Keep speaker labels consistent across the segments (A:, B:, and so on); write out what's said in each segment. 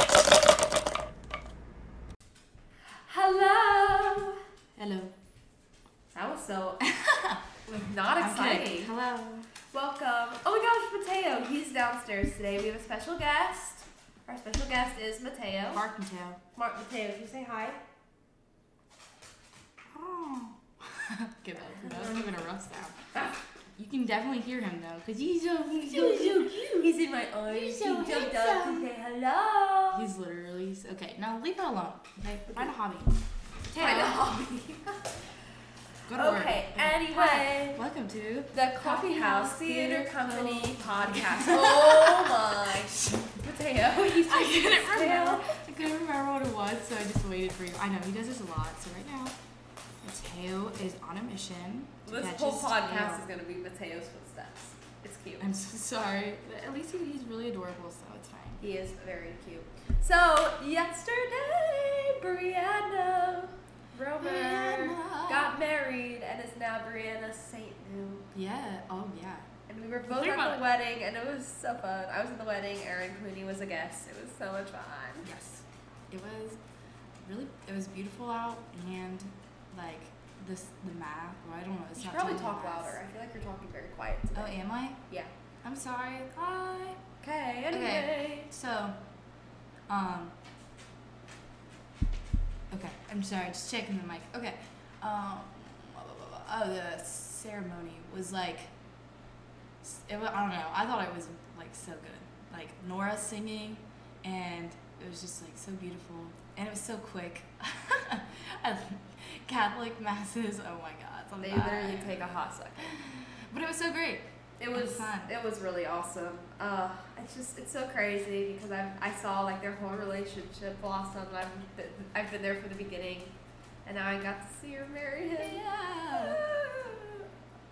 A: so not exciting.
B: Hello.
A: Welcome. Oh my gosh, Mateo, he's downstairs today. We have a special guest. Our special guest is Mateo.
B: Mark and Tail.
A: Mark Mateo, can you say hi?
B: Oh. give it. That was giving a rough sound. You can definitely hear him though, cause he's so he's, so cute.
A: He's in my arms.
B: You're so
A: he jumped up to say hello.
B: He's literally so- okay. Now leave that alone. Okay, find a hobby. Tail,
A: Find a hobby.
B: Go to work.
A: okay, anyway.
B: Welcome to
A: The Coffee
B: Coffee
A: House
B: House
A: Theater
B: Theater
A: Company podcast. Oh my. Mateo, he's
B: I couldn't
A: Tail.
B: remember. I couldn't remember what it was, so I just waited for you. I know he does this a lot. So right now, Mateo is on a mission. to
A: This
B: catch
A: whole
B: his
A: podcast
B: tail.
A: is going to be Mateo's footsteps. It's cute.
B: I'm so sorry. But at least he, he's really adorable, so it's fine.
A: He is very cute. So, yesterday, Brianna Romer
B: Brianna.
A: got married and is now Brianna St. New.
B: Yeah. Oh yeah.
A: And we were both
B: Think
A: at
B: about
A: the
B: it.
A: wedding, and it was so fun. I was at the wedding, Erin Clooney was a guest. It was so much fun.
B: Yes. It was really. It was beautiful out, and like this the math. Well, I don't know. It's
A: You
B: not
A: should probably
B: totally
A: talk
B: math.
A: louder. I feel like you're talking very quiet today.
B: Oh, am I?
A: Yeah.
B: I'm sorry. Hi.
A: Okay,
B: Okay.
A: anyway.
B: So, um, okay, I'm sorry, just checking the mic. Okay, um, blah, blah, blah, blah. oh, the ceremony was like, s- it was, I don't know, I thought it was like so good. Like Nora singing, and it was just like so beautiful, and it was so quick. Catholic masses, oh my god,
A: They
B: sometimes.
A: literally take a hot second.
B: But it was so great.
A: It was
B: fun.
A: it was really awesome. Uh, it's just it's so crazy because I I saw like their whole relationship blossom. and I've been, I've been there for the beginning, and now I got to see her marry him.
B: Yeah.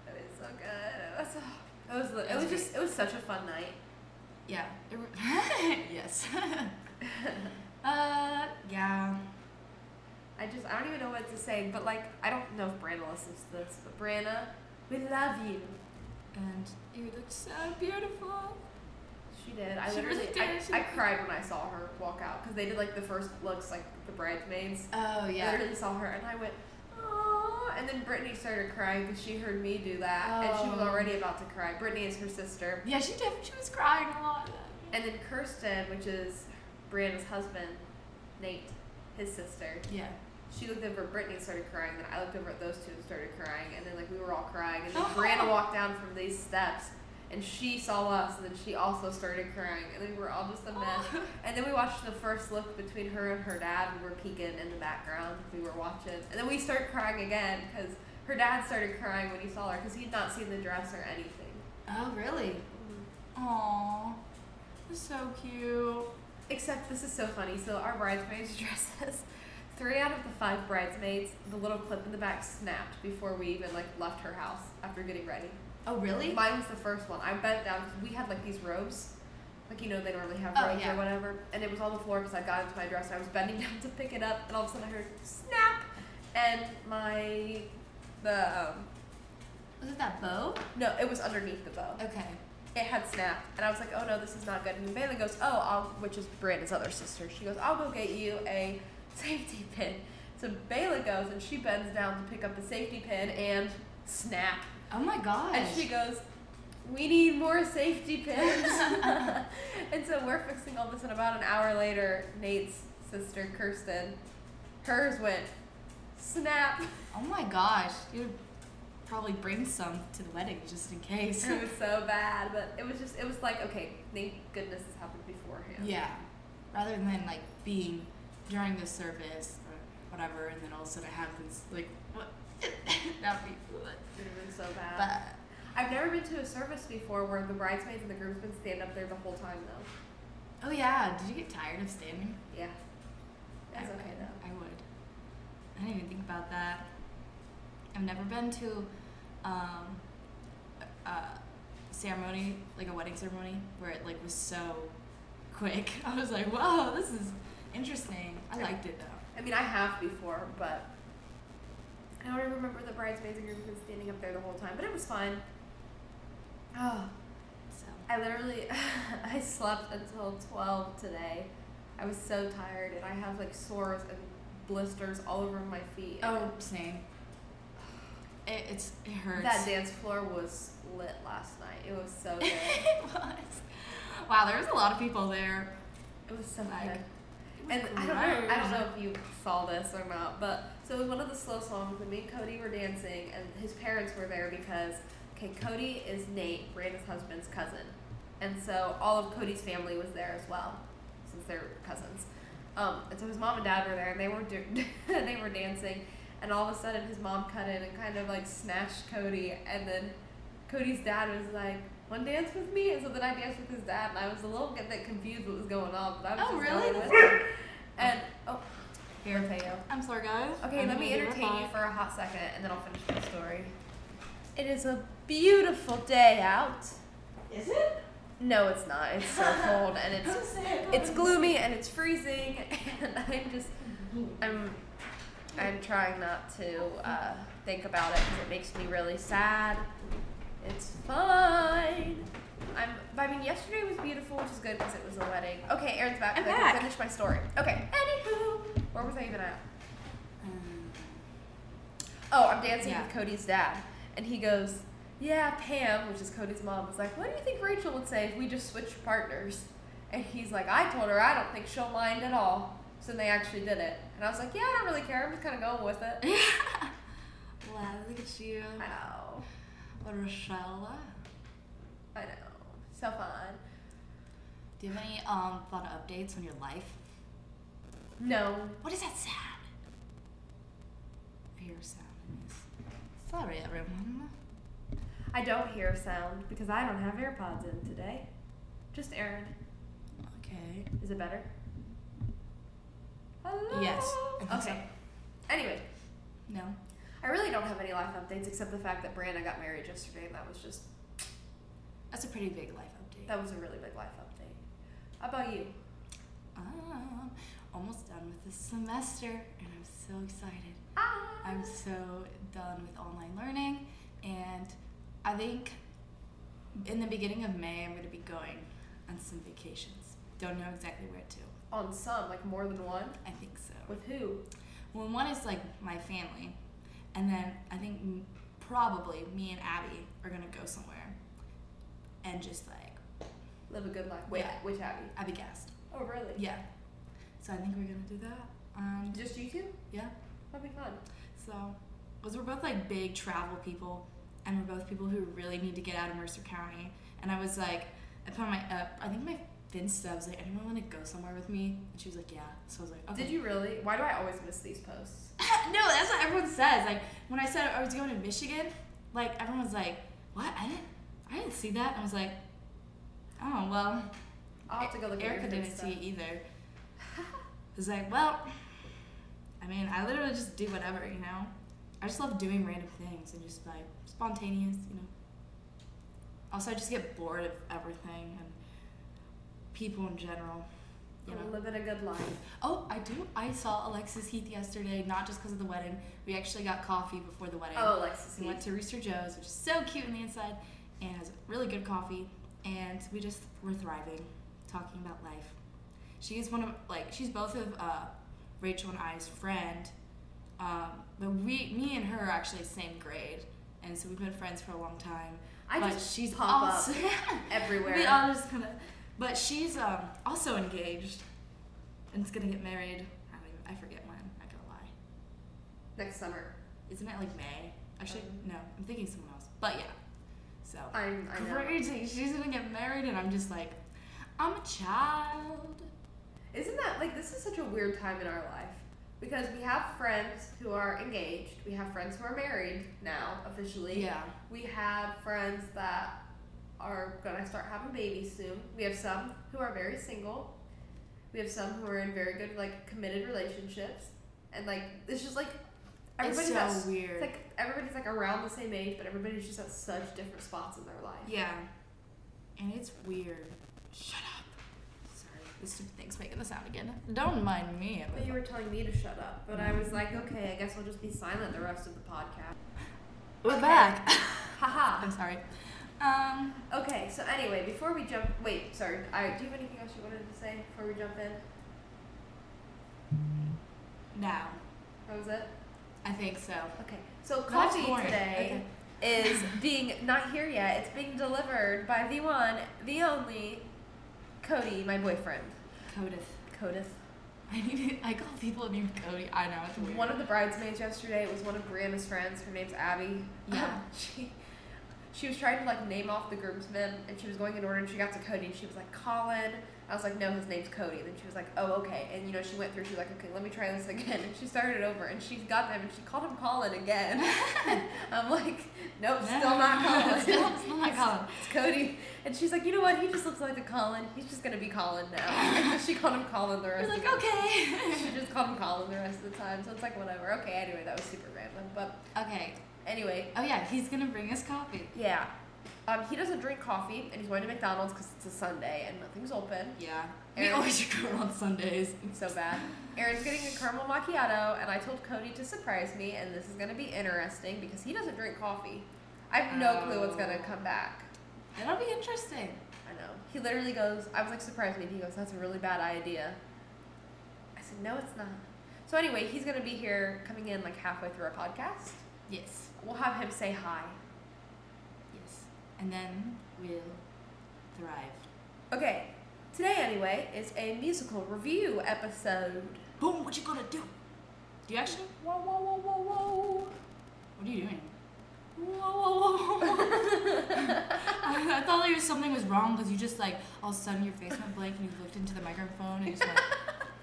A: It is so good. It was, it was, it was just it was such a fun night.
B: Yeah. it re- yes. uh, yeah.
A: I just I don't even know what to say, but like I don't know if Brianna listens to this, but Brianna, we love you.
B: And you look so beautiful.
A: She did. I
B: She really
A: literally I-
B: did. She-
A: I, cried when I saw her walk out because they did like the first looks like the bridesmaids.
B: Oh
A: I literally saw her and I went, oh. And then Brittany started crying because she heard me do that, and she was
B: Oh.
A: already about to cry. Brittany is her sister,
B: Yeah, she def- she was crying a lot.
A: and then Kirsten, which is Brianna's husband, Nate, his sister.
B: yeah.
A: She looked over at Brittany and started crying. Then I looked over at those two and started crying. And then like we were all crying. And then
B: Oh.
A: Brianna walked down from these steps. And she saw us, and then she also started crying, and then we were all just a mess.
B: Oh,
A: And then we watched the first look between her and her dad. We were peeking in the background. We were watching, and then we started crying again because her dad started crying when he saw her because he'd not seen the dress or anything.
B: Oh, really? Aww. So cute.
A: Except this is so funny. So our bridesmaids' dresses, three out of the five bridesmaids, the little clip in the back snapped before we even like left her house after getting ready.
B: Oh, really?
A: Mine was the first one. I bent down because we had like these robes. Like, you know, they normally have
B: Oh,
A: robes
B: yeah.
A: or whatever. And it was on the floor because I got into my dress. And I was bending down to pick it up. And all of a sudden I heard snap. And my, the, um,
B: Was it that bow?
A: no, it was underneath the bow.
B: Okay.
A: It had snapped. And I was like, oh no, this is not good. And Bailey goes, oh, I'll, which is Brianna's other sister. She goes, I'll go get you a safety pin. So Bailey goes and she bends down to pick up the safety pin and snap.
B: Oh my gosh.
A: And she goes, We need more safety pins. and so we're fixing all this, and about an hour later, Nate's sister, Kirsten, hers went, Snap.
B: oh my gosh. You would probably bring some to the wedding just in case.
A: It was so bad, but it was just, it was like, okay, thank goodness this happened beforehand.
B: Yeah. Rather than like being during the service or whatever, and then all of a sudden it happens, like what? That'd be what?
A: It would have been so bad.
B: But
A: I've never been to a service before where the bridesmaids and the groomsmen stand up there the whole time, though.
B: oh yeah, did you get tired of standing?
A: Yeah. That's
B: I-
A: okay, though.
B: I would. I didn't even think about that. I've never been to um, a- a ceremony like a wedding ceremony where it like was so quick. I was like, whoa, this is interesting. I liked it though.
A: I mean, I have before, but I don't even remember the bridesmaids and groomsmen standing up there the whole time, but it was fine. Oh,
B: So
A: I literally, I slept until 12 today. I was so tired, and I have Oh, like sores and blisters all over my feet.
B: Oh, same. It, it's it hurts.
A: That dance floor was lit last night. It was so good.
B: it was. Wow, there was a lot of people there.
A: it was so
B: Like,
A: good.
B: It was
A: And I don't know. I don't
B: gross.
A: know if you saw this or not, but so it was one of the slow songs. And me and Cody were dancing, and his parents were there because okay, Cody is Nate, Brandon's husband's cousin, and so all of Cody's family was there as well, since they're cousins. Um, and so his mom and dad were there, and they were do- they were dancing, and all of a sudden his mom cut in and kind of like smashed Cody, and then Cody's dad was like. One dance with me, and so then I danced with his dad, and I was a little bit confused what was going on, but I was
B: Oh,
A: just
B: really?
A: going with it. And oh,
B: Here.
A: Mateo.
B: I'm sorry, guys.
A: Okay,
B: I'm
A: let
B: gonna
A: me
B: give her
A: entertain you
B: five.
A: for a hot second, and then I'll finish my story. It is a beautiful day out.
C: Is it?
A: No, it's not. It's so cold, and it's
C: Don't say it.
A: it's gloomy and it's freezing, and I'm just I'm I'm trying not to uh, think about it because it makes me really sad. It's fine. I'm. I mean, yesterday was beautiful, which is good because it was a wedding. Okay, Aaron's back.
B: I'm
A: so I can
B: back.
A: finish my story. Okay. Anywho, where was I even at?
B: Um,
A: Oh, I'm dancing
B: Yeah.
A: with Cody's dad. And he goes, Yeah, Pam, which is Cody's mom, was like, What do you think Rachel would say if we just switched partners? And he's like, I told her I don't think she'll mind at all. So they actually did it. And I was like, Yeah, I don't really care. I'm just kind of going with it.
B: wow, look at you.
A: I know.
B: What a Rochella.
A: I know. So fun.
B: Do you have any um fun updates on your life?
A: No.
B: What is that sound? I hear a sound. in this. Sorry, everyone.
A: I don't hear a sound because I don't have AirPods in today. Just Aaron.
B: Okay.
A: Is it better? Hello?
B: Yes, I think so.
A: Okay. Anyway,
B: No.
A: I really don't have any life updates except the fact that Brianna got married yesterday, and that was just
B: That's a pretty big life update.
A: that was a really big life update. How about you?
B: I'm almost done with this semester, and I'm so excited. I'm so done with online learning, and I think in the beginning of May, I'm going to be going on some vacations. Don't know exactly where to.
A: on some, like more than one.
B: I think so.
A: With who?
B: Well, one is like my family, and then I think m- probably me and Abby are going to go somewhere and just like,
A: Live a good life. Wait,
B: Yeah.
A: which Abby?
B: Abby gassed.
A: Oh, really?
B: Yeah. So I think we're going to do that. Um,
A: Just you two?
B: yeah.
A: That'd be fun.
B: So, because we're both like big travel people, and we're both people who really need to get out of Mercer County. And I was like, I put on my, uh, I think my Finsta was like, anyone want to go somewhere with me? And she was like, yeah. So I was like, okay.
A: Did you really? Why do I always miss these posts?
B: no, that's what everyone says. Like when I said I was going to Michigan, like everyone was like, what? I didn't, I didn't see that. And I was like, oh well.
A: I'll have to go look
B: Erica
A: at your
B: didn't
A: Insta.
B: see it either. It was like, well, I mean, I literally just do whatever, you know. I just love doing random things and just like spontaneous, you know. Also, I just get bored of everything and people in general. You know.
A: Living a good life.
B: Oh, I do. I saw Alexis Heath yesterday, not just because of the wedding. We actually got coffee before the wedding.
A: Oh, Alexis.
B: We
A: Heath.
B: went to Rooster Joe's, which is so cute on the inside, and has really good coffee. And we just were thriving, talking about life. She is one of like she's both of uh, Rachel and I's friend, um, but we, me and her are actually same grade, and so we've been friends for a long time.
A: I
B: but
A: just
B: she's
A: pop up
B: also,
A: everywhere.
B: we all just kind of, but she's um, also engaged, and is gonna get married. I don't even, I forget when. I gotta lie.
A: Next summer.
B: Isn't it like May? Actually,
A: Um,
B: no. I'm thinking someone else. But yeah. So
A: I'm. I know.
B: crazy. She's gonna get married, and I'm just like, I'm a child.
A: Isn't that like this is such a weird time in our life? Because we have friends who are engaged, we have friends who are married now officially.
B: Yeah.
A: We have friends that are gonna start having babies soon. We have some who are very single. We have some who are in very good like committed relationships, and like it's just like everybody's at,
B: it's
A: s-
B: so weird.
A: it's like everybody's like around the same age, but everybody's just at such different spots in their life.
B: yeah. And it's weird. Shut up. Sorry, this stupid thing's making the sound again. Don't mind me.
A: But you were telling me to shut up, but I was like, okay, I guess I'll just be silent the rest of the podcast.
B: We're back.
A: Haha.
B: I'm sorry. Um.
A: Okay, so anyway, before we jump, wait, sorry. I, do you have anything else you wanted to say before we jump in?
B: Now.
A: That was it.
B: I think so.
A: Okay. So
B: That's
A: coffee
B: boring.
A: today is being not here yet. It's being delivered by the one, the only, Cody, my boyfriend.
B: Codith.
A: Codith.
B: I need. I call people named Cody. I know it's weird.
A: One of the bridesmaids yesterday was one of Brianna's friends. Her name's Abby. Um,
B: Yeah.
A: she she was trying to like name off the groomsmen, and she was going in order. And she got to Cody, and she was like Colin. I was like, no, his name's Cody. And then she was like, oh, okay. And you know, she went through. She was like, okay, let me try this again. And she started over, and she got them, and she called him Colin again. I'm like, nope, still not Colin.
B: still, still not Colin.
A: It's Cody. And she's like, you know what? He just looks like a Colin. He's just gonna be Colin now. And so she called him Colin the rest.
B: You're
A: of
B: like
A: the
B: okay.
A: she just called him Colin the rest of the time, so it's like whatever. Okay, anyway, that was super random. But
B: okay.
A: anyway,
B: Oh yeah, he's gonna bring us coffee.
A: yeah. Um, he doesn't drink coffee, and he's going to McDonald's because it's a Sunday and nothing's open.
B: Yeah. We
A: Eric-
B: always go on Sundays.
A: It's so bad. Aaron's getting a caramel macchiato, and I told Cody to surprise me, and this is going to be interesting because he doesn't drink coffee. I have no clue what's going to
B: Oh.
A: come back.
B: That'll be interesting.
A: I know. He literally goes, I was like, surprise me. And he goes, that's a really bad idea. I said, no, it's not. So anyway, he's going to be here coming in like halfway through our podcast.
B: Yes.
A: We'll have him say hi.
B: Yes. And then we'll thrive.
A: Okay, today anyway is a musical review episode.
B: Boom! What you gonna do? Do you actually?
A: Whoa, whoa, whoa, whoa,
B: What are you doing?
A: whoa. Whoa, whoa, whoa.
B: I, I thought like was something was wrong because you just like all of a sudden your face went blank and you looked into the microphone and you just went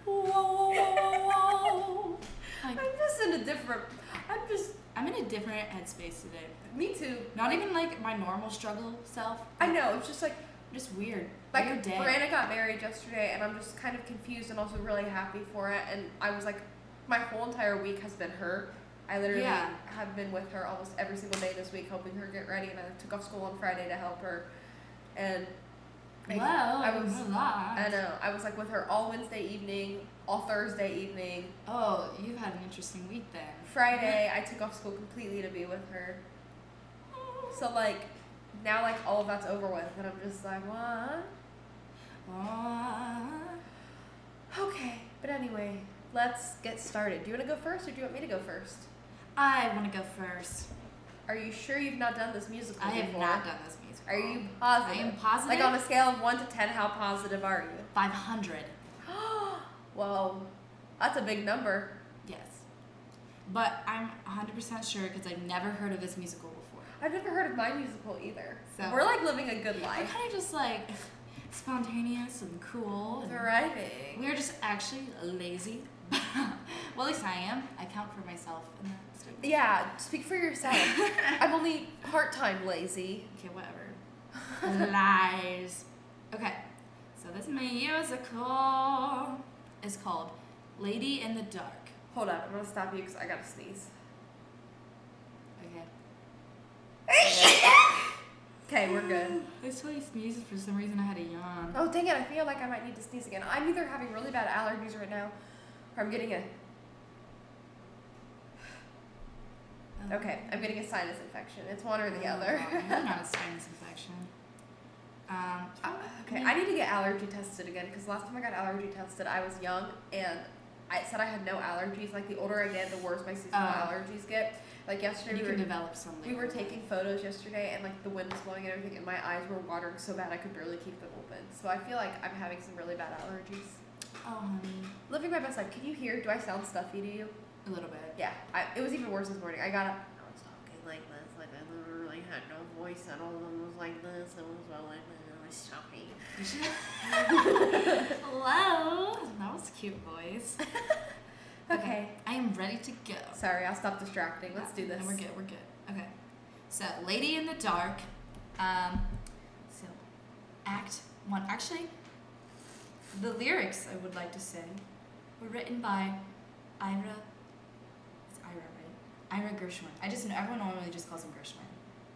B: whoa whoa whoa whoa. whoa. Like
A: I'm just in a different. I'm just.
B: I'm in a different headspace today.
A: Me too.
B: Not even like my normal struggle self.
A: I know, it's just like.
B: I'm just weird.
A: Like,
B: weird day.
A: Brianna got married yesterday, and I'm just kind of confused and also really happy for it. And I was like, my whole entire week has been her. I literally
B: Yeah.
A: have been with her almost every single day this week, helping her get ready. And I took off school on Friday to help her. And
B: Whoa,
A: I was- I
B: relax.
A: know. I was like with her all Wednesday evening, all Thursday evening.
B: Oh, you've had an interesting week then.
A: Friday, I took off school completely to be with her. So like, now like all of that's over with, and I'm just like, what?
B: Ah.
A: Okay. But anyway, let's get started. Do you want to go first, or do you want me to go first?
B: I want to go first.
A: Are you sure you've not done this musical
B: I have
A: before?
B: not done this music.
A: Are you
B: I
A: positive?
B: am positive.
A: Like on a scale of one to ten, how positive are you?
B: 500.
A: Whoa, that's a big number.
B: Yes. But I'm 100% sure because I've never heard of this musical before.
A: I've never heard of my musical either.
B: So-
A: We're like living a good
B: I'm
A: life.
B: kind of just like spontaneous and cool. and-
A: Thriving.
B: We're just actually lazy. well, at least I am. I count for myself in that statement.
A: Yeah, speak for yourself. I'm only part time lazy.
B: Okay, whatever. Lies. Okay, so this musical is called Lady in the Dark.
A: Hold up, I'm gonna stop you because I gotta sneeze.
B: Okay.
A: Okay, we're good.
B: This way sneezes for some reason I had a yawn.
A: Oh, dang it, I feel like I might need to sneeze again. I'm either having really bad allergies right now or I'm getting a. Oh, Okay, I'm getting a sinus infection. It's one or the other.
B: You're Oh, not a sinus infection. Um,
A: Uh, okay, I need to get allergy tested again because last time I got allergy tested, I was young and I said I had no allergies. Like the older I get, the worse my seasonal
B: Oh.
A: allergies get. Like yesterday,
B: you
A: we
B: can
A: were,
B: develop some.
A: we were
B: later.
A: taking photos yesterday and like the wind was blowing and everything, and my eyes were watering so bad I could barely keep them open. So I feel like I'm having some really bad allergies.
B: Oh, honey.
A: Living my best life. Can you hear? Do I sound stuffy to you?
B: A little bit.
A: Yeah, I, it was even worse this morning. I got up. and I was talking like this, like I literally had no voice at all. I was like this. I was all like, I was stuffy.
B: You should- Hello. That was a cute voice.
A: Okay.
B: I am ready to go.
A: Sorry, I'll stop distracting. Let's do this.
B: And we're good. We're good. Okay. So, Lady in the Dark. Um, so, Act One. Actually, the lyrics I would like to say were written by Ira. It's Ira, right? Ira Gershwin. I just know everyone normally just calls him Gershwin.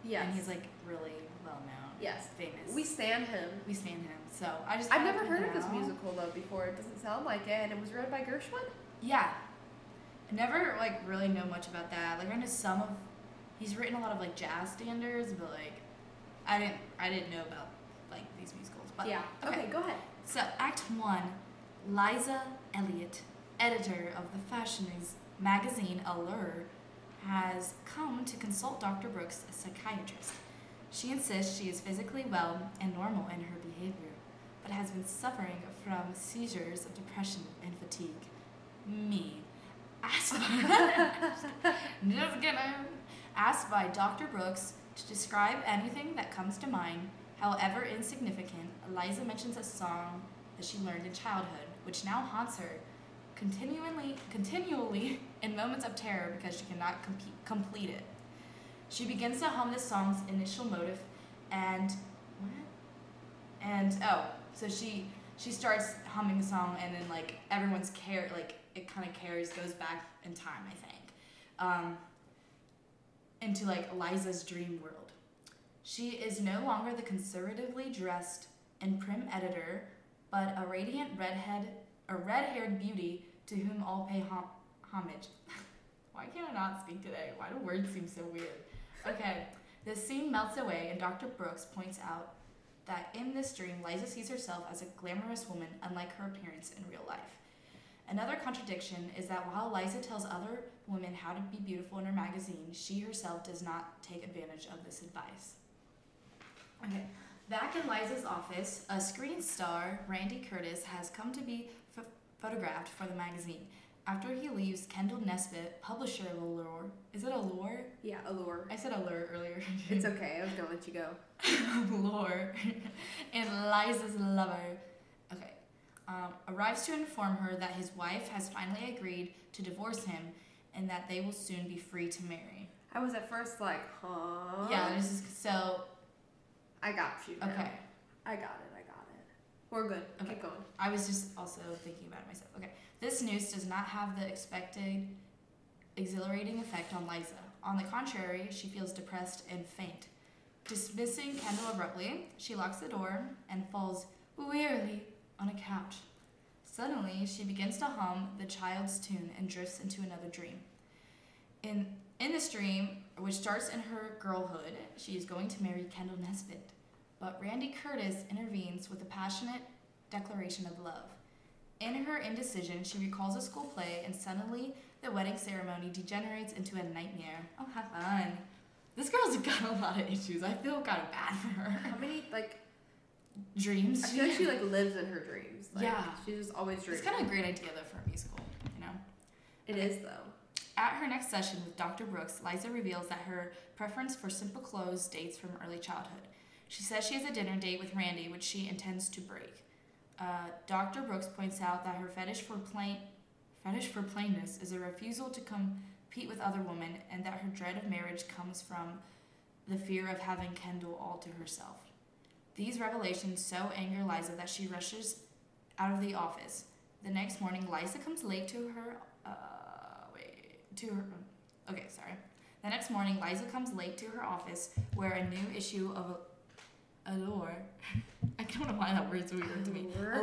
A: Yes.
B: And he's like really well known.
A: Yes.
B: Famous.
A: we stand him.
B: we stand him. So I just.
A: I've
B: wanted
A: never
B: to
A: heard of this
B: know.
A: musical though before. It doesn't sound like it, and it was written by Gershwin.
B: Yeah. I never like really know much about that. Like I know some of he's written a lot of like jazz standards, but like I didn't I didn't know about like these musicals. But
A: Okay. go ahead.
B: So Act One, Liza Elliott, editor of the Fashion is magazine Allure has come to consult Dr. Brooks, a psychiatrist. She insists she is physically well and normal in her behavior, but has been suffering from seizures of depression and fatigue. Me. Asked by, just kidding. Asked by Dr. Brooks to describe anything that comes to mind, however insignificant, Eliza mentions a song that she learned in childhood, which now haunts her continually, continually in moments of terror because she cannot compete, complete it. She begins to hum the song's initial motive, and what? And oh, so she she starts humming the song, and then like everyone's care like it kind of carries goes back in time, I think, um, into like Eliza's dream world. She is no longer the conservatively dressed and prim editor, but a radiant redhead, a red-haired beauty to whom all pay hom- homage. Why can I not speak today? Why do words seem so weird? Okay, the scene melts away, and Dr. Brooks points out that in this dream, Liza sees herself as a glamorous woman, unlike her appearance in real life. Another contradiction is that while Liza tells other women how to be beautiful in her magazine, she herself does not take advantage of this advice. Okay, back in Liza's office, a screen star, Randy Curtis, has come to be ph- photographed for the magazine. After he leaves, Kendall Nesbitt, publisher of Allure, is it Allure?
A: Yeah, allure.
B: I said Allure earlier.
A: It's okay. I was gonna let you go.
B: Lore and Liza's lover. Okay. Um, arrives to inform her that his wife has finally agreed to divorce him and that they will soon be free to marry.
A: I was at first like, huh?
B: Yeah, this is so
A: I got you. now.
B: okay.
A: I got it. I got it. We're good.
B: Okay.
A: Keep going.
B: I was just also thinking about it myself. Okay. This news does not have the expected exhilarating effect on Liza. On the contrary, she feels depressed and faint. Dismissing Kendall abruptly, she locks the door and falls wearily on a couch. Suddenly, she begins to hum the child's tune and drifts into another dream. In, in this dream, which starts in her girlhood, she is going to marry Kendall Nesbitt. But Randy Curtis intervenes with a passionate declaration of love. In her indecision, she recalls a school play, and suddenly the wedding ceremony degenerates into a nightmare. Oh, have fun. This girl's got a lot of issues. I feel kind of bad for her.
A: How many like? I
B: Dreams.
A: feel like she like lives in her dreams. Like,
B: Yeah.
A: She's just always
B: It's
A: dreaming.
B: kind of a great idea though for a musical, you know.
A: It is though.
B: At her next session with Dr. Brooks, Liza reveals that her preference for simple clothes dates from early childhood. She says she has a dinner date with Randy, which she intends to break. Uh, Dr. Brooks points out that her fetish for plain fetish for plainness is a refusal to compete with other women, and that her dread of marriage comes from the fear of having Kendall all to herself. These revelations so anger Liza that she rushes out of the office. The next morning, Liza comes late to her. Uh, wait, to her. oh, Okay, sorry. The next morning, Liza comes late to her office where a new issue of Allure. I don't know why that word's weird to me.
A: Allure.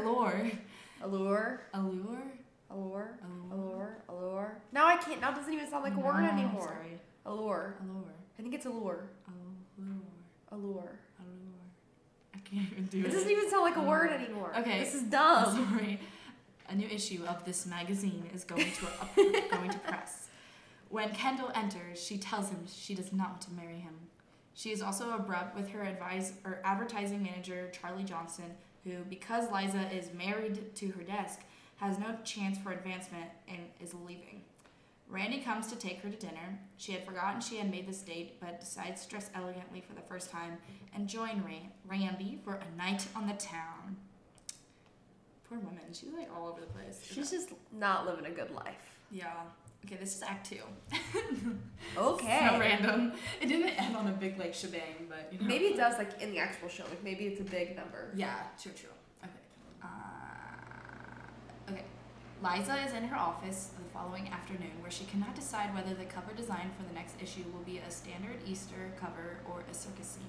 B: Allure.
A: Allure. Allure.
B: Allure. Allure.
A: Allure. Allure. Now I can't. Now it doesn't even sound like a word
B: No,
A: anymore.
B: Sorry.
A: Allure.
B: Allure.
A: I think it's allure.
B: Allure.
A: Allure.
B: Allure. I can't even do
A: It
B: it.
A: doesn't even sound like a word
B: Allure.
A: anymore.
B: Okay.
A: This is
B: I'm
A: dumb.
B: sorry. A new issue of this magazine is going to going to press. When Kendall enters, she tells him she does not want to marry him. She is also abrupt with her advise or advertising manager Charlie Johnson, who, because Liza is married to her desk, has no chance for advancement and is leaving. Randy comes to take her to dinner. She had forgotten she had made this date, but decides to dress elegantly for the first time and join Ray- Randy for a night on the town. Poor woman, she's like all over the place.
A: She's just not living a good life.
B: yeah. Okay, this is Act Two.
A: Okay.
B: So random. It didn't end on a big like shebang, but you know.
A: Maybe it does like in the actual show. Like maybe it's a big number.
B: Yeah, true, true. Okay. Uh, okay. Liza is in her office the following afternoon where she cannot decide whether the cover design for the next issue will be a standard Easter cover or a circus scene.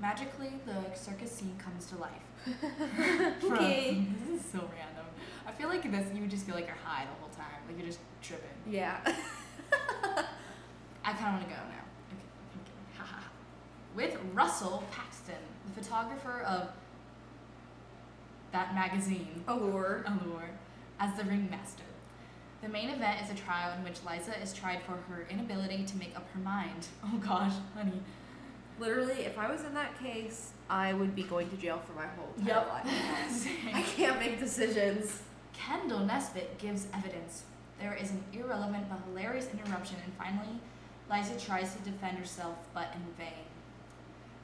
B: Magically, the circus scene comes to life. From-
A: Okay.
B: this is so random. I feel like this, you would just feel like you're high the whole time. Like you're just tripping.
A: Yeah.
B: I kind of want to go now. Okay, okay, haha. With Russell Paxton, the photographer of that magazine,
A: Allure.
B: Allure, as the ringmaster. The main event is a trial in which Liza is tried for her inability to make up her mind. Oh gosh, honey.
A: Literally, if I was in that case, I would be going to jail for my whole entire life. I
B: Same.
A: can't make decisions.
B: Kendall Nesbitt gives evidence. There is an irrelevant but hilarious interruption, and finally, Liza tries to defend herself, but in vain.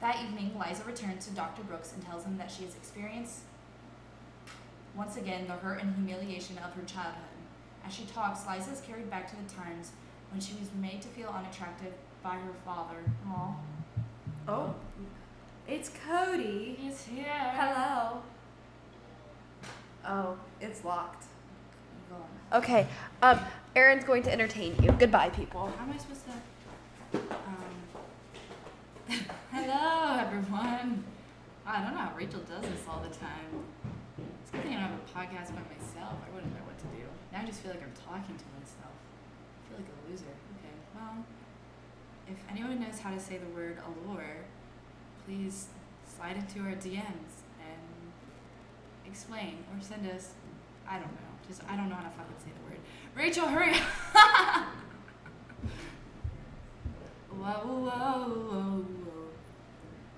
B: That evening, Liza returns to Dr. Brooks and tells him that she has experienced once again the hurt and humiliation of her childhood. As she talks, Liza is carried back to the times when she was made to feel unattractive by her father. Aw.
A: Oh, it's Cody.
B: He's here.
A: Hello. Oh, it's locked.
B: Go on.
A: Okay, um, Aaron's going to entertain you. Goodbye, people.
B: How am I supposed to? Um, hello, everyone. I don't know how Rachel does this all the time. It's a good thing I don't have a podcast by myself. I wouldn't know what to do. Now I just feel like I'm talking to myself. I feel like a loser. Okay, well, if anyone knows how to say the word allure, please slide into our DMs and explain or send us. I don't know. Just I don't know how to fucking say the word. Rachel, hurry up! Whoa, whoa,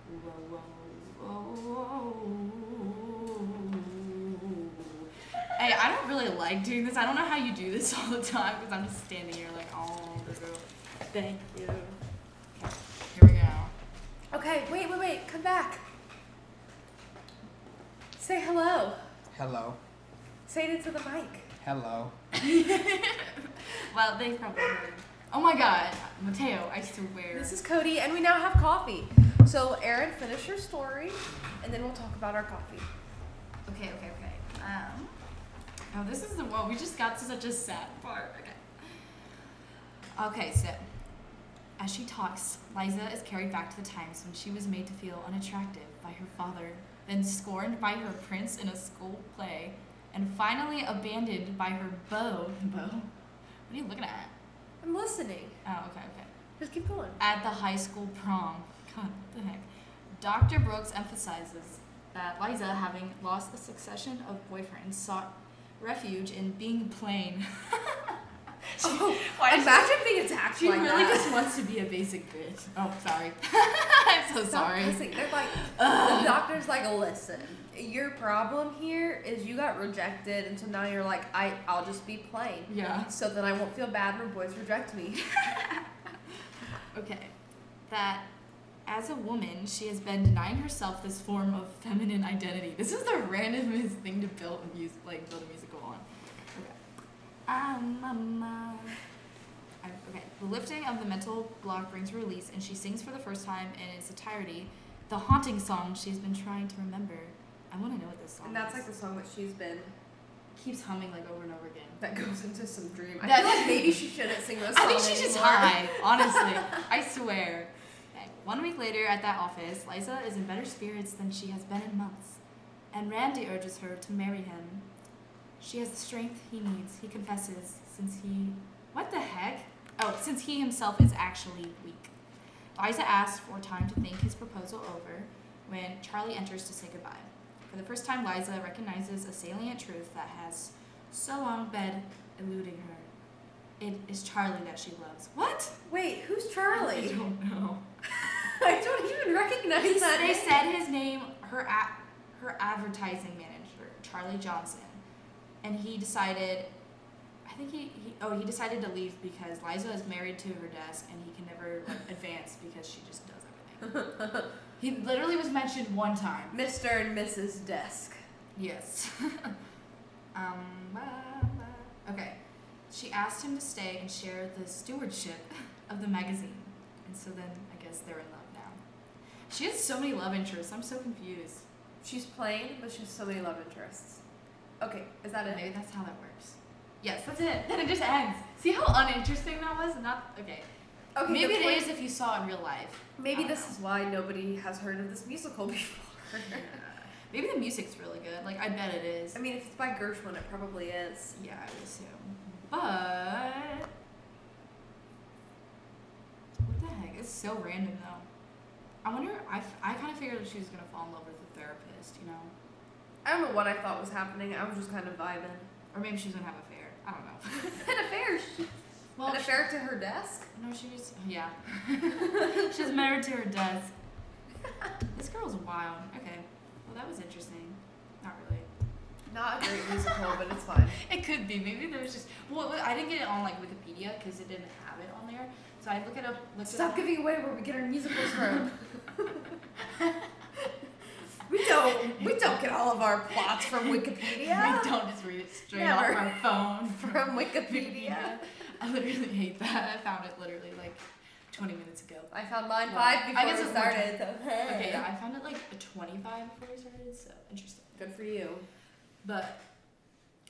B: whoa, whoa, whoa, whoa. Hey, I don't really like doing this. I don't know how you do this all the time because I'm just standing here like, oh, thank you. Okay, here we go.
A: Okay, wait, wait, wait. Come back. Say hello.
C: Hello.
A: Say it into the mic.
C: Hello.
B: well, they probably heard. Oh my god, Mateo, I swear.
A: This is Cody, and we now have coffee. So, Aaron, finish your story, and then we'll talk about our coffee.
B: Okay, okay, okay. Um, oh, this is the one we just got to such a sad part. Okay. Okay, so as she talks, Liza is carried back to the times when she was made to feel unattractive by her father, then scorned by her prince in a school play, and finally abandoned by her beau. Beau? What are you looking at?
A: I'm listening.
B: Oh, okay, okay
A: Just keep going.
B: at the high school prom. God, what the heck. Dr. Brooks emphasizes that Liza, having lost a succession of boyfriends, sought refuge in being plain. She- why did she-
A: Imagine being attacked
B: Oh, she
A: like
B: really
A: that.
B: just wants to be a basic bitch. Oh, sorry. I'm so
A: Stop
B: sorry.
A: cussing. They're like, the doctor's like, listen, your problem here is you got rejected, and so now you're like, I, I'll just be plain.
B: Yeah.
A: So then I won't feel bad when boys reject me.
B: Okay. That as a woman, she has been denying herself this form of feminine identity. This is the randomest thing to build a music, like build a musical on. Okay. Um, um, uh, I- okay. The lifting of the mental block brings release, and she sings for the first time in its entirety the haunting song she's been trying to remember. I want to know what this song
A: and that's
B: is.
A: like the song that she's been,
B: keeps humming like over and over again.
A: that goes into some dream. I
B: That-
A: feel like maybe she shouldn't sing those
B: I
A: songs
B: think she should
A: anymore.
B: die, honestly. I swear. Okay, One week later at that office, Liza is in better spirits than she has been in months, and Randy urges her to marry him. She has the strength he needs, he confesses, since he. What the heck? Oh, since he himself is actually weak. Liza asks for time to think his proposal over when Charlie enters to say goodbye. For the first time, Liza recognizes a salient truth that has so long been eluding her. It is Charlie that she loves. What?
A: Wait, who's Charlie?
B: don't know.
A: I don't even recognize
B: They,
A: that.
B: they
A: name.
B: said his name, her a, her advertising manager, Charlie Johnson, and he decided. I think he, he oh he decided to leave because Liza is married to her desk and he can never like, advance because she just does everything. he literally was mentioned one time.
A: Mr. and Mrs. Desk.
B: Yes. um, blah, blah. Okay. She asked him to stay and share the stewardship of the magazine. And so then I guess they're in love now. She has so many love interests. I'm so confused.
A: She's plain, but she has so many love interests. Okay, is that it?
B: Maybe that's how that works. Yes, that's it. Then it just ends. See how uninteresting that was? Not okay.
A: Okay,
B: Maybe
A: the
B: it
A: point-
B: is if you saw it in real life.
A: Maybe
B: I don't
A: this is why nobody has heard of this musical before.
B: Maybe the music's really good. Like I bet it is.
A: I mean, if it's by Gershwin, it probably is.
B: Yeah, I would assume. But what the heck? It's so random though. I wonder. I, f- I kind of figured that she was gonna fall in love with a therapist, you know,
A: I don't know what I thought was happening. I was just kind of vibing.
B: or maybe she was gonna have an affair. I don't know.
A: An affair.
B: Well,
A: an affair to her desk.
B: no, she was. Yeah, she's married to her desk. This girl's wild. Okay, well that was interesting. Not really.
A: Not a great musical, but it's fine.
B: It could be. Maybe there was just. Well, I didn't get it on like Wikipedia because it didn't have it on there. So I look it up. Looked it
A: Stop
B: up.
A: giving away where we get our musicals from. we don't. We don't get all of our plots from Wikipedia.
B: We don't just read it straight
A: Never.
B: off our phone
A: From Wikipedia.
B: I literally hate that. I found it literally like 20 minutes ago.
A: I found mine
B: Well,
A: five
B: I
A: before
B: guess
A: we
B: it's more
A: started. So.
B: Okay, yeah, I found it like a 25 before we started, so interesting.
A: Good for you.
B: But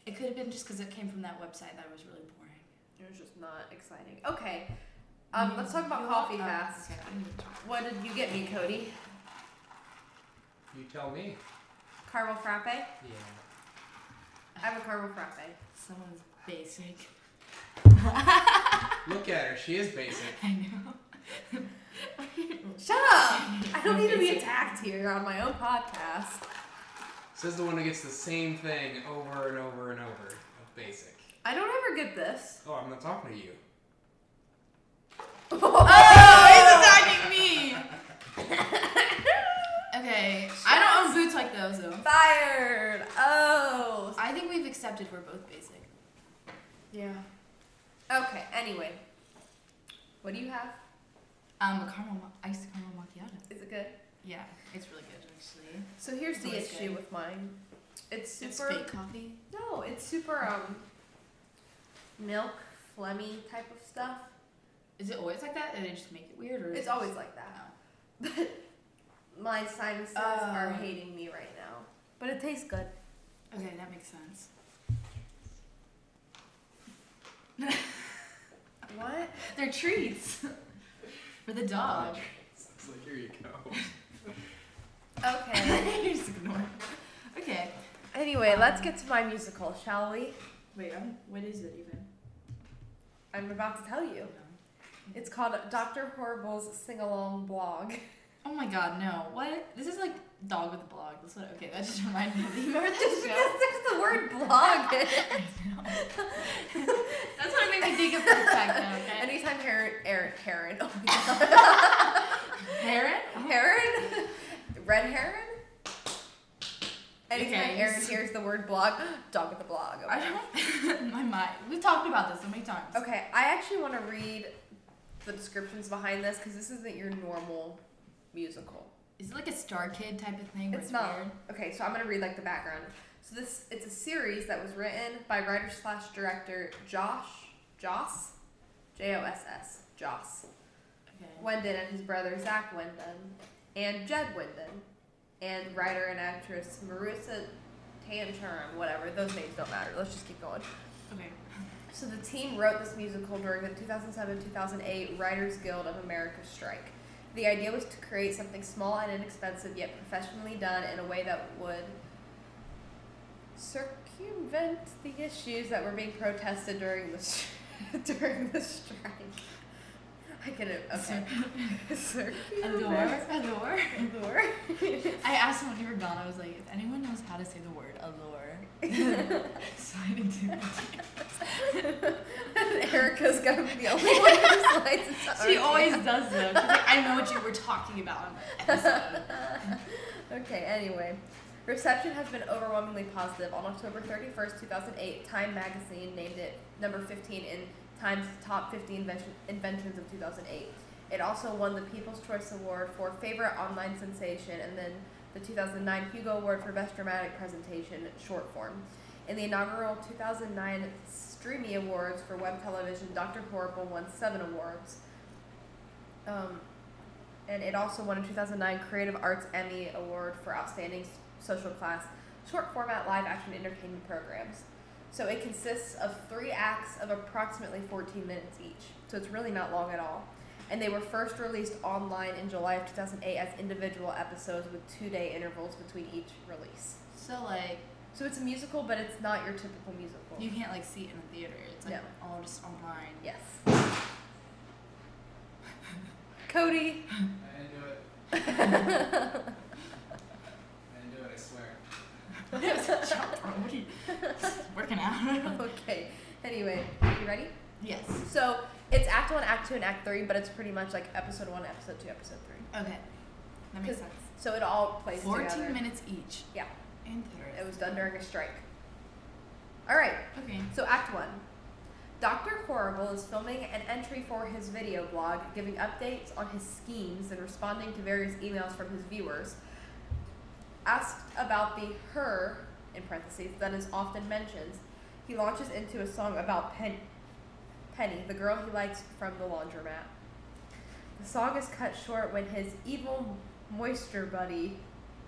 B: it could have been just because it came from that website that was really boring.
A: It was just not exciting. Okay. Um, let's talk about
B: You-
A: coffee
B: oh,
A: fast.
B: okay, I need to talk.
A: What did you get me, Cody?
C: You tell me.
A: Caramel frappe? I
C: Yeah.
A: have a caramel frappe.
B: Someone's basic.
C: Look at her. She is basic.
B: I know.
A: Shut up! I don't need to be attacked here on my own podcast.
C: Says the one who gets the same thing over and over and over. Of basic.
A: I don't ever get this.
C: Oh, I'm not talking to you.
A: Oh!
B: Oh, he's attacking me! Okay, I don't own boots like those though.
A: Fired! Oh!
B: I think we've accepted we're both basic.
A: Yeah. Okay, anyway. What do you have?
B: Um, a caramel ma- iced caramel macchiato.
A: Is it good?
B: Yeah, it's really good actually.
A: So here's the
B: Always
A: issue
B: good.
A: with mine. It's super.
B: It's fake coffee.
A: No, it's super um milk, phlegmy type of stuff.
B: Is it always like that? And they just make it weird, or
A: It's
B: is-
A: always like that. But my sinuses are
B: Oh.
A: hating me right now. But it tastes good.
B: Okay, that makes sense.
A: What?
B: They're treats for the dog.
C: It's like, here you go.
A: Okay.
B: you just ignore. it. Okay.
A: anyway, let's get to my musical, shall we?
B: Wait, um, what is it even?
A: I'm about to tell you. It's called Dr. Horrible's Sing Along Blog.
B: Oh my god, no! What? This is like dog with a blog. That's what. Okay, that just reminded me. You remember
A: Just
B: that
A: because there's
B: show?
A: the word blog in it.
B: That's what it made me think of for a second. Okay.
A: Anytime Heron, Aaron, Heron, oh my god.
B: Parrot?
A: Oh Heron? Red heron? Anytime
B: Okay.
A: Aaron hears the word blog, dog with a blog.
B: I don't. my mind. We've talked about this so many times.
A: Okay, I actually want to read the descriptions behind this because this isn't your normal musical.
B: Is it like a Star Kid type of thing? Where
A: It's
B: it's,
A: not.
B: Weird?
A: Okay, so I'm gonna read like the background. So this it's a series that was written by writer slash director Josh Joss J O S S Joss
B: Okay.
A: Wendon and his brother Zach Wendon and Jed Wendon and writer and actress Marissa Tancharam, whatever. Those names don't matter. Let's just keep going.
B: Okay.
A: So the team wrote this musical during the 2007-2008 Writers Guild of America strike. The idea was to create something small and inexpensive yet professionally done in a way that would circumvent the issues that were being protested during the sh- during the strike. I can okay. circumvent.
B: Allure. Allure.
A: Allure.
B: I asked him when you were gone. I was like, if anyone knows how to say the word allure, slide into it.
A: Erica's gonna be the only one who slides into
B: She
A: our
B: always does though. 'cause, Like, I know what you were talking about on the episode.
A: okay, anyway. Reception has been overwhelmingly positive. On October 31st, 2008, Time magazine named it number 15 in Time's top 50 invention- inventions of 2008. It also won the People's Choice Award for Favorite Online Sensation and then the 2009 Hugo Award for Best Dramatic Presentation Short Form. In the inaugural 2009 Streamy Awards for Web Television, Dr. Horrible won seven awards. Um, and it also won a 2009 Creative Arts Emmy Award for Outstanding S- Social Class Short Format Live Action Entertainment Programs. So it consists of three acts of approximately 14 minutes each. So it's really not long at all. And they were first released online in July of 2008 as individual episodes with two day intervals between each release.
B: So like,
A: So it's a musical, but it's not your typical musical.
B: you can't like see it in a theater. It's like
A: No.
B: all just online.
A: yes. Cody.
C: I didn't do it. I didn't do it, I swear.
B: What are you- working out.
A: okay. Anyway, are you ready?
B: Yes.
A: So it's Act One, Act Two, and Act Three, but it's pretty much like Episode One, Episode Two, Episode Three.
B: Okay. That makes
A: 'Cause
B: sense.
A: So it all plays
B: 14
A: together.
B: minutes each.
A: Yeah.
B: Interesting.
A: It was done during a strike. All right.
B: Okay.
A: So Act One. Dr. Horrible is filming an entry for his video blog, giving updates on his schemes and responding to various emails from his viewers. Asked about the her, in parentheses, that is often mentioned, he launches into a song about Penny, Penny, the girl he likes from the laundromat. The song is cut short when his evil moisture buddy,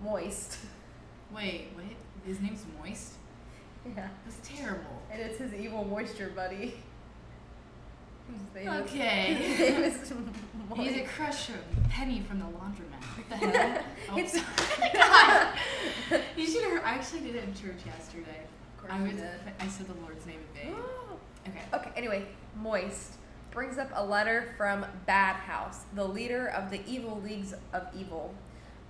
A: Moist,
B: Wait, wait. His name's Moist?
A: yeah,
B: That's terrible.
A: and it's his evil moisture buddy. His
B: Oh,
A: name is- His
B: Okay.
A: name is
B: He's a
A: Moist.
B: crush of Penny from the laundromat. What the hell? Oh,
A: It's-
B: sorry. God. You should have. I actually did it in church yesterday.
A: Of course
B: I
A: he
B: was.
A: did.
B: I said the Lord's name in vain. Okay.
A: okay, anyway, Moist brings up a letter from Bad House, the leader of the Evil Leagues of Evil.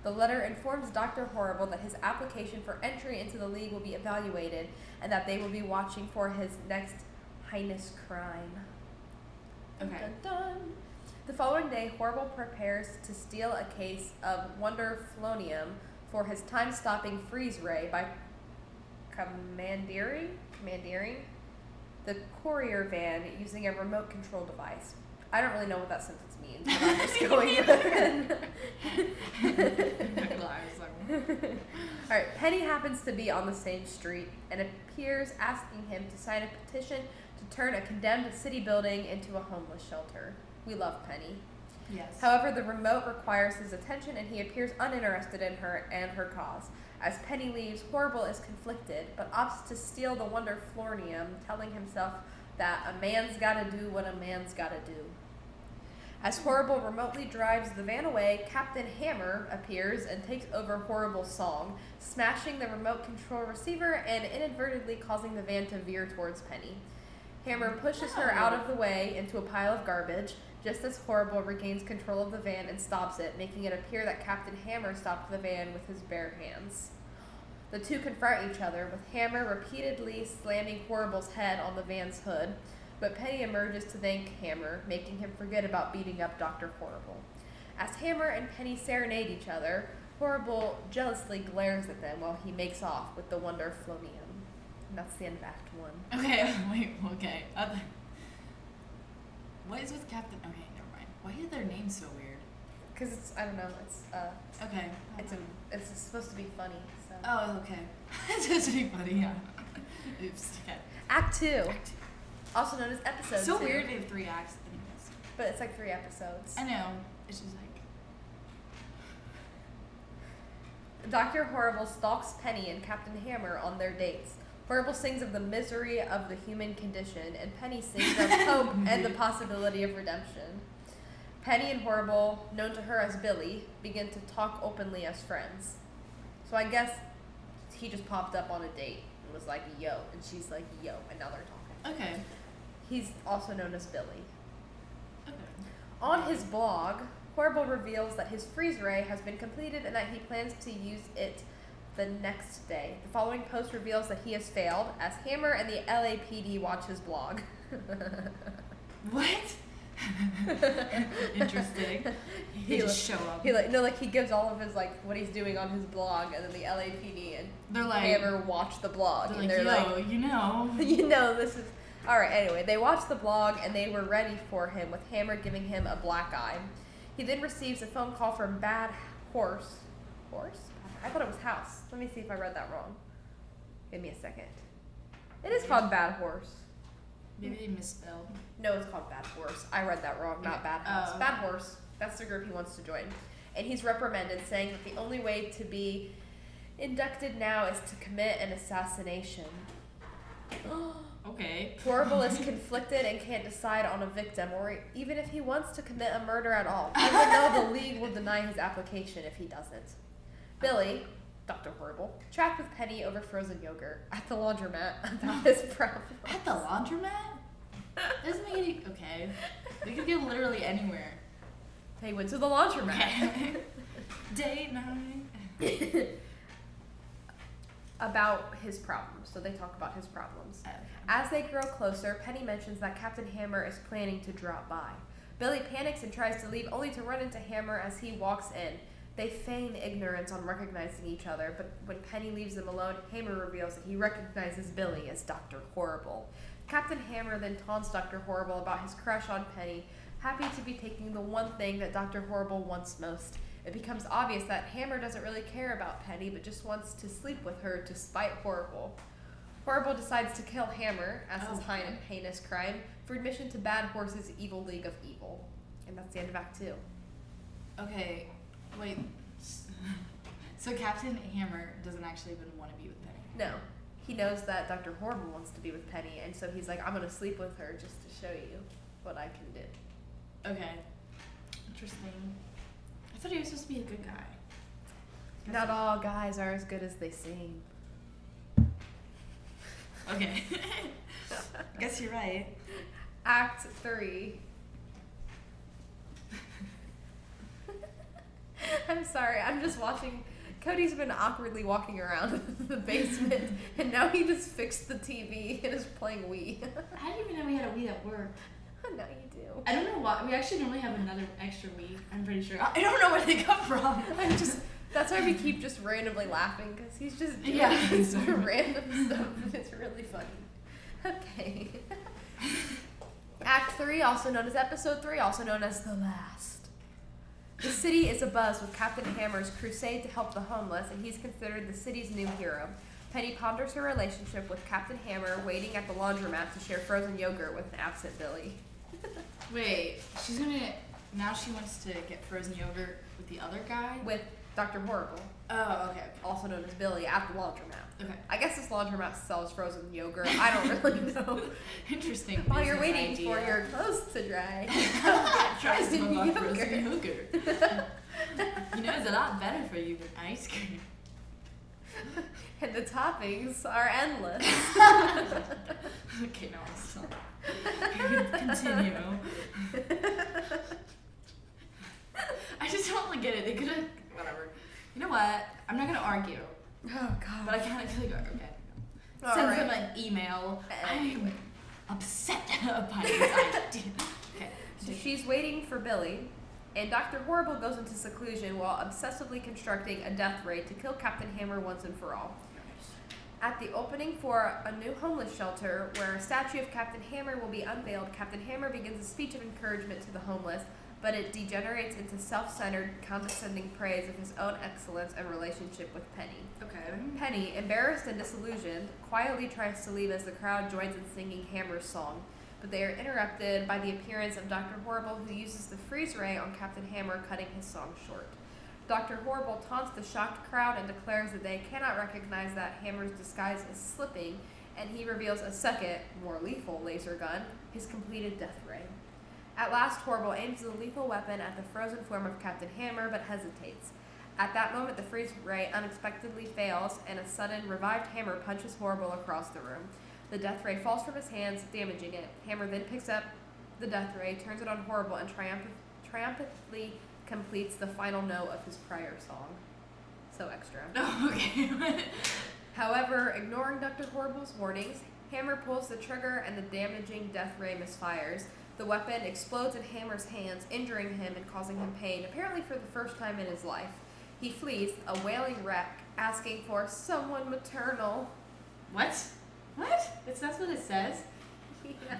A: The letter informs Dr. Horrible that his application for entry into the league will be evaluated and that they will be watching for his next heinous crime.
B: Okay.
A: Dun, dun. The following day, Horrible prepares to steal a case of Wonderflonium for his time-stopping freeze ray by commandeering, commandeering the courier van using a remote control device. I don't really know what that sentence means. But I'm just going with it.
B: I was like, what?
A: All right, Penny happens to be on the same street and appears asking him to sign a petition to turn a condemned city building into a homeless shelter. We love Penny.
B: yes.
A: However, the remote requires his attention and he appears uninterested in her and her cause. As Penny leaves, Horrible is conflicted but opts to steal the Wonder Flornium, telling himself that a man's gotta do what a man's gotta do. As Horrible remotely drives the van away, Captain Hammer appears and takes over Horrible's song, smashing the remote control receiver and inadvertently causing the van to veer towards Penny. Hammer pushes her out of the way into a pile of garbage, just as Horrible regains control of the van and stops it, making it appear that Captain Hammer stopped the van with his bare hands. The two confront each other, with Hammer repeatedly slamming Horrible's head on the van's hood, but Penny emerges to thank Hammer, making him forget about beating up Dr. Horrible. As Hammer and Penny serenade each other, Horrible jealously glares at them while he makes off with the Wonder Flonium. And that's the end of Act 1.
B: Okay, wait, okay. Other. What is with Captain? Okay, never mind. Why are their names so weird?
A: Because it's, I don't know, it's, uh,
B: Okay.
A: it's, a, it's supposed to be funny, so.
B: Oh, okay. It's just pretty funny, yeah. Oops, okay.
A: Act 2, also known as Episode
B: So
A: 2,
B: weird they have three acts. Anyways.
A: But it's like three episodes.
B: I know. It's just like.
A: Dr. Horrible stalks Penny and Captain Hammer on their dates. Horrible sings of the misery of the human condition, and Penny sings of hope and the possibility of redemption. Penny and Horrible, known to her as Billy, begin to talk openly as friends. So I guess he just popped up on a date and was like, yo, and she's like, yo, and now they're talking.
B: Okay.
A: He's also known as Billy.
B: Okay.
A: On his blog, Horrible reveals that his freeze ray has been completed and that he plans to use it the next day. The following post reveals that he has failed as Hammer and the LAPD watch his blog.
B: What? Interesting. They
A: he
B: just show up.
A: he like no like he gives all of his like what he's doing on his blog and then the LAPD and
B: They're like.
A: Hammer watch the blog
B: They're
A: and
B: like,
A: they're like
B: yo, you know.
A: you know this is all right anyway they watched the blog and they were ready for him with hammer giving him a black eye he then receives a phone call from bad horse horse i thought it was house let me see if i read that wrong give me a second it is called bad horse
B: Maybe they misspelled.
A: no it's called bad horse i read that wrong not bad house
B: Oh.
A: bad horse that's the group he wants to join and he's reprimanded saying that the only way to be inducted now is to commit an assassination
B: Okay.
A: Horrible is conflicted and can't decide on a victim, or even if he wants to commit a murder at all, even though the league will deny his application if he doesn't. Billy, Dr. Horrible, trapped with Penny over frozen yogurt at the laundromat about his problem.
B: At the laundromat? Doesn't make any. Okay. They could go literally anywhere.
A: They went to the laundromat.
B: Day nine.
A: about his problems. So they talk about his problems.
B: Okay.
A: As they grow closer, Penny mentions that Captain Hammer is planning to drop by. Billy panics and tries to leave, only to run into Hammer as he walks in. They feign ignorance on recognizing each other, but when Penny leaves them alone, Hammer reveals that he recognizes Billy as Dr. Horrible. Captain Hammer then taunts Dr. Horrible about his crush on Penny, happy to be taking the one thing that Dr. Horrible wants most. It becomes obvious that Hammer doesn't really care about Penny, but just wants to sleep with her to spite Horrible. Horrible decides to kill Hammer as his
B: Oh.
A: hein- heinous crime for admission to Bad Horse's Evil League of Evil. And that's the end of Act Two.
B: Okay, wait. So Captain Hammer doesn't actually even want to be with Penny.
A: No, he knows that Dr. Horrible wants to be with Penny, and so he's like, I'm gonna sleep with her just to show you what I can do.
B: Okay. Interesting. I thought he was supposed to be a good guy.
A: Not all guys are as good as they seem.
B: Okay. Guess you're right.
A: Act three. I'm sorry, I'm just watching. Cody's been awkwardly walking around the basement, and now he just fixed the TV and is playing Wii.
B: I didn't even know we had a Wii at work.
A: now you do.
B: I don't know why. We actually normally have another extra Wii. I'm pretty sure. I don't know where they come from.
A: I'm just. That's why we keep just randomly laughing because he's just doing
B: Yeah.
A: this random stuff, and it's really funny. Okay. Act three, also known as episode three, also known as the last. The city is abuzz with Captain Hammer's crusade to help the homeless, and he's considered the city's new hero. Penny ponders her relationship with Captain Hammer, waiting at the laundromat to share frozen yogurt with an absent Billy.
B: Wait, she's gonna. Now she wants to get frozen yogurt with the other guy?
A: With Dr. Horrible,
B: Oh, okay.
A: also known as Billy, at the laundromat.
B: Okay.
A: I guess this laundromat sells frozen yogurt. I don't really know.
B: Interesting.
A: While you're
B: business
A: waiting for
B: idea.
A: your clothes to dry,
B: Try
A: frozen
B: some of our
A: yogurt.
B: frozen yogurt. you know, it's a lot better for you than ice cream.
A: and the toppings are endless.
B: Okay, no, I'll stop. Continue. I just don't like, get it. They could have. Whatever. You know what? I'm not gonna argue,
A: Oh
B: but I
A: god.
B: kind of feel like okay.
A: All
B: Send
A: right.
B: them an email.
A: Anyway.
B: I'm upset by this idea. Okay.
A: So she's waiting for Billy, and Dr. Horrible goes into seclusion while obsessively constructing a death ray to kill Captain Hammer once and for all. At the opening for a new homeless shelter where a statue of Captain Hammer will be unveiled, Captain Hammer begins a speech of encouragement to the homeless, but it degenerates into self centered, condescending praise of his own excellence and relationship with Penny.
B: Okay.
A: Penny, embarrassed and disillusioned, quietly tries to leave as the crowd joins in singing Hammer's song, but they are interrupted by the appearance of Dr. Horrible, who uses the freeze ray on Captain Hammer, cutting his song short. Dr. Horrible taunts the shocked crowd and declares that they cannot recognize that Hammer's disguise is slipping, and he reveals a second, more lethal laser gun, his completed death ray. At last, Horrible aims the lethal weapon at the frozen form of Captain Hammer, but hesitates. At that moment, the freeze ray unexpectedly fails, and a sudden revived Hammer punches Horrible across the room. The death ray falls from his hands, damaging it. Hammer then picks up the death ray, turns it on Horrible, and triumph- triumphantly completes the final note of his prior song. So extra.
B: No. Okay.
A: However, ignoring Dr. Horrible's warnings, Hammer pulls the trigger and the damaging death ray misfires. The weapon explodes in Hammer's hands, injuring him and causing him pain, apparently for the first time in his life. He flees, a wailing wreck, asking for someone maternal.
B: what? What? It's that's what it says.
A: Yeah.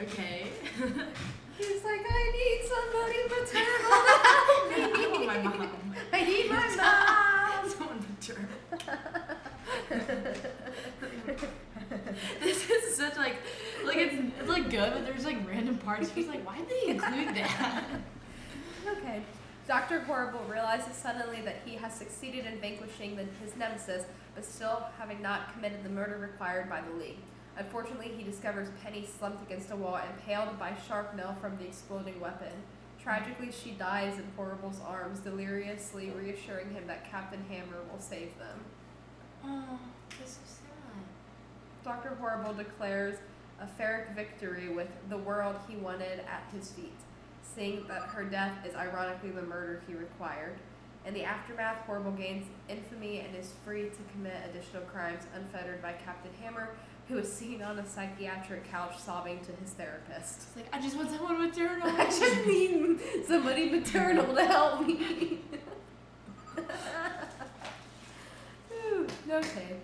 B: Okay.
A: He's like, I need somebody maternal.
B: oh, my
A: to help me.
B: mom.
A: I need my mom.
B: Someone mature. This is such like, like it's, it's like good, but there's like random parts. She's like, why did they include that?
A: Okay. Dr. Horrible realizes suddenly that he has succeeded in vanquishing the, his nemesis, but still having not committed the murder required by the League. Unfortunately, he discovers Penny slumped against a wall, impaled by sharp nail from the exploding weapon. Tragically, she dies in Horrible's arms, deliriously reassuring him that Captain Hammer will save them.
B: Oh, that's so sad.
A: Dr. Horrible declares a ferric victory with the world he wanted at his feet, saying that her death is ironically the murder he required. In the aftermath, Horrible gains infamy and is free to commit additional crimes unfettered by Captain Hammer, who is seen on a psychiatric couch sobbing to his therapist.
B: It's like I just want someone maternal.
A: I just need somebody maternal to help me. Ooh, no shame.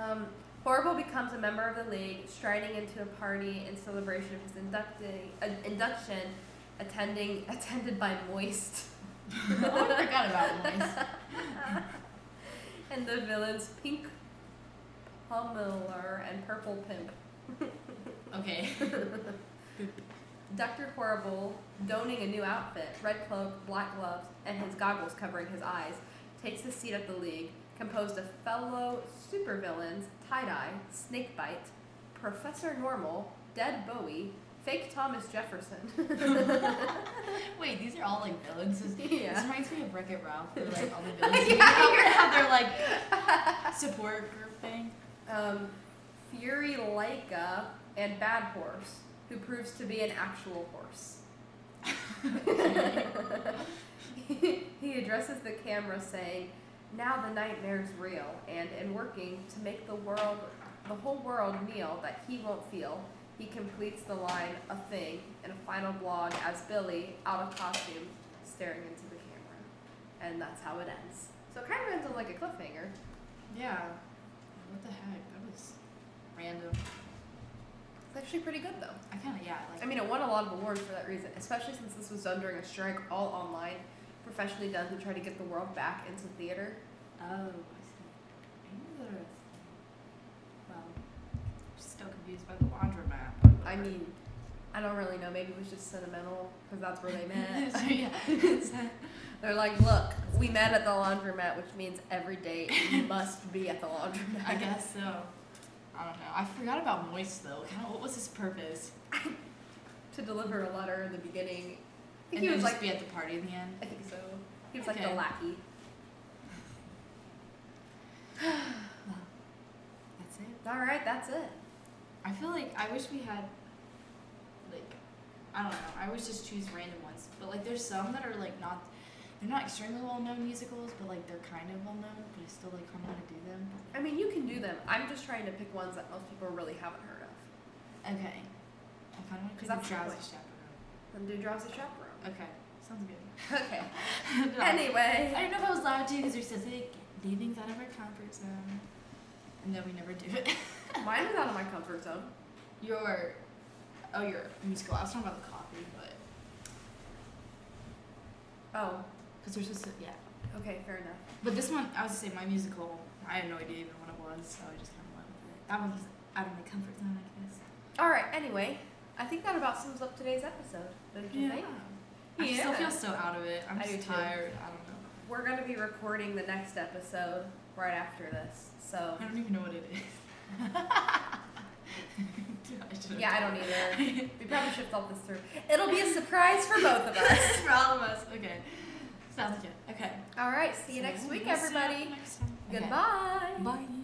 A: Um, Horrible becomes a member of the league, striding into a party in celebration of his inducting, uh, induction, attending attended by Moist
B: oh, I forgot about boys.
A: and the villains Pink Pummeler and Purple Pimp.
B: Okay.
A: Dr. Horrible, donning a new outfit, red cloak, black gloves, and his goggles covering his eyes, takes his seat at the league, composed of fellow supervillains Tie-Dye, Snakebite, Professor Normal, Dead Bowie, Fake Thomas Jefferson.
B: Wait, these are all like villains. This,
A: Yeah.
B: this reminds me of Wreck It Ralph, where like all the villains
A: Yeah,
B: yeah, have their like support group thing.
A: um, Fury Leica, and Bad Horse, who proves to be an actual horse. he addresses the camera saying, "Now the nightmare's real, and in working to make the world, the whole world kneel that he won't feel." He completes the line "a thing" in a final blog as Billy, out of costume, staring into the camera, and that's how it ends. So it kind of ends on like a cliffhanger.
B: Yeah. What the heck? That was random.
A: It's actually pretty good though.
B: I kind of yeah. I Like
A: I mean, it won a lot of awards for that reason, especially since this was done during a strike, all online, professionally done to try to get the world back into theater.
B: Oh, I see. I knew there was. Well, I'm still confused by the laundromat. but
A: I
B: whatever.
A: mean, I don't really know. Maybe it was just sentimental because that's where they met.
B: yeah.
A: They're like, look, we met at the laundromat, which means every day you must be at the laundromat.
B: I guess so. I don't know. I forgot about Moist though. Kind of, what was his purpose?
A: To deliver a letter in the beginning. I think
B: And
A: he
B: then
A: was
B: just
A: like,
B: be at the party in the end.
A: I think so. He was like
B: Okay.
A: the lackey.
B: That's it.
A: All right, that's it.
B: I feel like I wish we had, like, I don't know. I always just choose random ones, but like, there's some that are like not. They're not extremely well known musicals, but like they're kind of well known. But I still like kind of want to do them.
A: I mean, you can do them. I'm just trying to pick ones that most people really haven't heard of.
B: Okay. I kind of want to do
A: That's the
B: Drowsy
A: point. And
B: Chaperone.
A: do Drowsy Chaperone.
B: Okay, sounds good.
A: Okay.
B: No, I
A: Anyway.
B: don't know if I was allowed to because we said they, they think out of our comfort zone, and then we never do it.
A: Mine is out of my comfort zone.
B: your, oh, your musical. I was talking about the coffee, but
A: Oh,
B: because we're supposed to, yeah.
A: okay, fair enough.
B: But this one, I was to say my musical. I had no idea even what it was, so I just kind of went with it. That one's out of my comfort zone, I guess.
A: All right, anyway, I think that about sums up today's episode, don't you think?
B: I just still
A: Yeah.
B: feel so out of it. I'm
A: I
B: just
A: do too.
B: tired. I don't know.
A: We're going to be recording the next episode right after this. So,
B: I don't even know what it is. I
A: yeah, I don't either.
B: either.
A: We probably should thought this through. It'll be a surprise for both of us.
B: For all of us. Okay. Sounds good. Okay.
A: All right, see you next week,
B: We'll see you
A: everybody.
B: next time. Okay.
A: Goodbye.
B: Bye.